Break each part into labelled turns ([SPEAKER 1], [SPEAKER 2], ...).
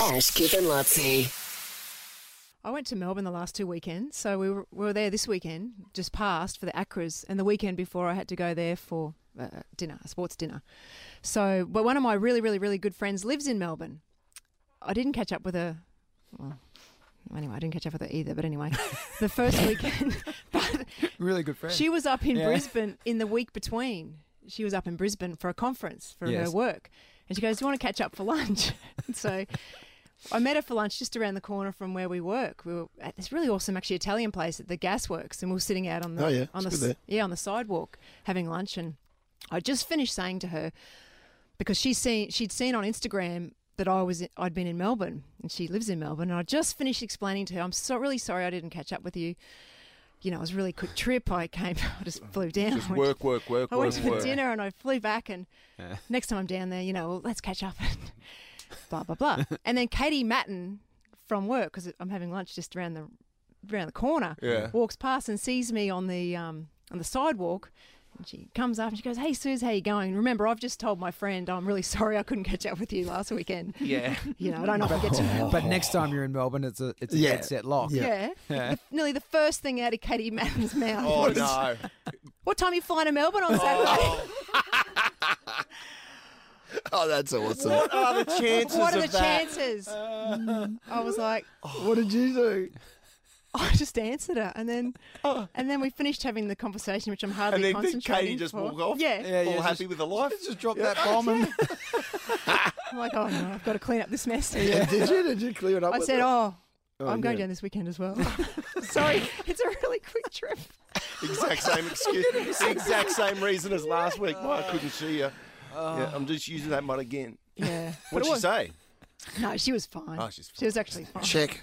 [SPEAKER 1] Ash, Kip, and Lutzi.
[SPEAKER 2] I went to Melbourne the last two weekends, so we were, we were there this weekend, just past for the Acras, and the weekend before I had to go there for uh, dinner, a sports dinner. So, but one of my really, really, really good friends lives in Melbourne. I didn't catch up with her. Well, anyway, I didn't catch up with her either. But anyway, the first weekend, but
[SPEAKER 3] Really good friend.
[SPEAKER 2] she was up in
[SPEAKER 3] Yeah.
[SPEAKER 2] Brisbane in the week between. She was up in Brisbane for a conference for
[SPEAKER 3] Yes.
[SPEAKER 2] her work. And she goes, Do you want to catch up for lunch? so I met her for lunch just around the corner from where we work. We were at this really awesome, actually, Italian place at the Gasworks. And we were sitting out on the,
[SPEAKER 4] Oh, yeah.
[SPEAKER 2] on, the,
[SPEAKER 4] It's good
[SPEAKER 2] s-
[SPEAKER 4] there.
[SPEAKER 2] yeah, on the sidewalk having lunch. And I just finished saying to her, because she's seen she'd seen on Instagram that I was I'd been in Melbourne and she lives in Melbourne and I just finished explaining to her I'm so really sorry I didn't catch up with you. You know, it was a really quick trip. I came, I just flew down.
[SPEAKER 5] Just
[SPEAKER 2] I went-
[SPEAKER 5] work, work, work,
[SPEAKER 2] I
[SPEAKER 5] work,
[SPEAKER 2] went for
[SPEAKER 5] work.
[SPEAKER 2] dinner and I flew back and next time I'm down there, you know, well, let's catch up and blah blah blah. and then Katie Matten from work because I'm having lunch just around the around the corner.
[SPEAKER 5] Yeah.
[SPEAKER 2] Walks past and sees me on the um, on the sidewalk. And she comes up and she goes, "Hey, Suze, how you going?" Remember, I've just told my friend I'm really sorry I couldn't catch up with you last weekend.
[SPEAKER 3] yeah.
[SPEAKER 2] You know, I don't often get to.
[SPEAKER 3] But next time you're in Melbourne, it's a it's a
[SPEAKER 4] Yeah.
[SPEAKER 3] dead set lock.
[SPEAKER 4] Yeah.
[SPEAKER 2] Yeah, The- nearly the first thing out of Katie Matten's mouth.
[SPEAKER 5] Oh
[SPEAKER 2] was,
[SPEAKER 5] no!
[SPEAKER 2] What time you flying to Melbourne on Saturday?
[SPEAKER 4] Oh, that's awesome.
[SPEAKER 5] What are the chances
[SPEAKER 2] what are the
[SPEAKER 5] of that?
[SPEAKER 2] chances? I was like,
[SPEAKER 4] What did you do?
[SPEAKER 2] I just answered her, and then and then we finished having the conversation, which I'm hardly
[SPEAKER 5] Oh. And then did
[SPEAKER 2] concentrating
[SPEAKER 5] Katie just
[SPEAKER 2] for.
[SPEAKER 5] walk off?
[SPEAKER 2] Yeah,
[SPEAKER 3] Yeah,
[SPEAKER 5] All
[SPEAKER 3] yeah,
[SPEAKER 5] happy
[SPEAKER 3] just-
[SPEAKER 5] with the life?
[SPEAKER 3] Just drop that bomb and
[SPEAKER 2] I'm like, oh no, I've got to clean up this mess.
[SPEAKER 4] And did you? Did you clear it up?
[SPEAKER 2] I
[SPEAKER 4] with
[SPEAKER 2] said,
[SPEAKER 4] her?
[SPEAKER 2] oh, I'm going
[SPEAKER 4] yeah.
[SPEAKER 2] down this weekend as well. Sorry, it's a really quick trip.
[SPEAKER 5] Exact same excuse. exact same reason as last week why I couldn't see you. Yeah, I'm just using that mud again.
[SPEAKER 2] Yeah. But
[SPEAKER 5] What'd she
[SPEAKER 2] it was-
[SPEAKER 5] say?
[SPEAKER 2] No, she was fine.
[SPEAKER 5] Oh, she's
[SPEAKER 2] She was actually fine.
[SPEAKER 4] check,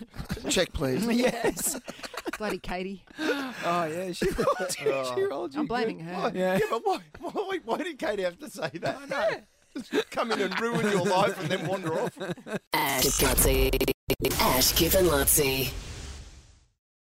[SPEAKER 4] check, please.
[SPEAKER 3] yes.
[SPEAKER 2] Bloody Katie.
[SPEAKER 3] Oh yeah, she rolled you. She rolled you.
[SPEAKER 2] I'm blaming her.
[SPEAKER 3] good. Yeah.
[SPEAKER 5] Yeah, but why, why, why did Katie have to say that? I know. Just come in and ruin your life and then wander off.
[SPEAKER 1] Ash, Kip, Lutzi. Ash, Kip, and Lutzi.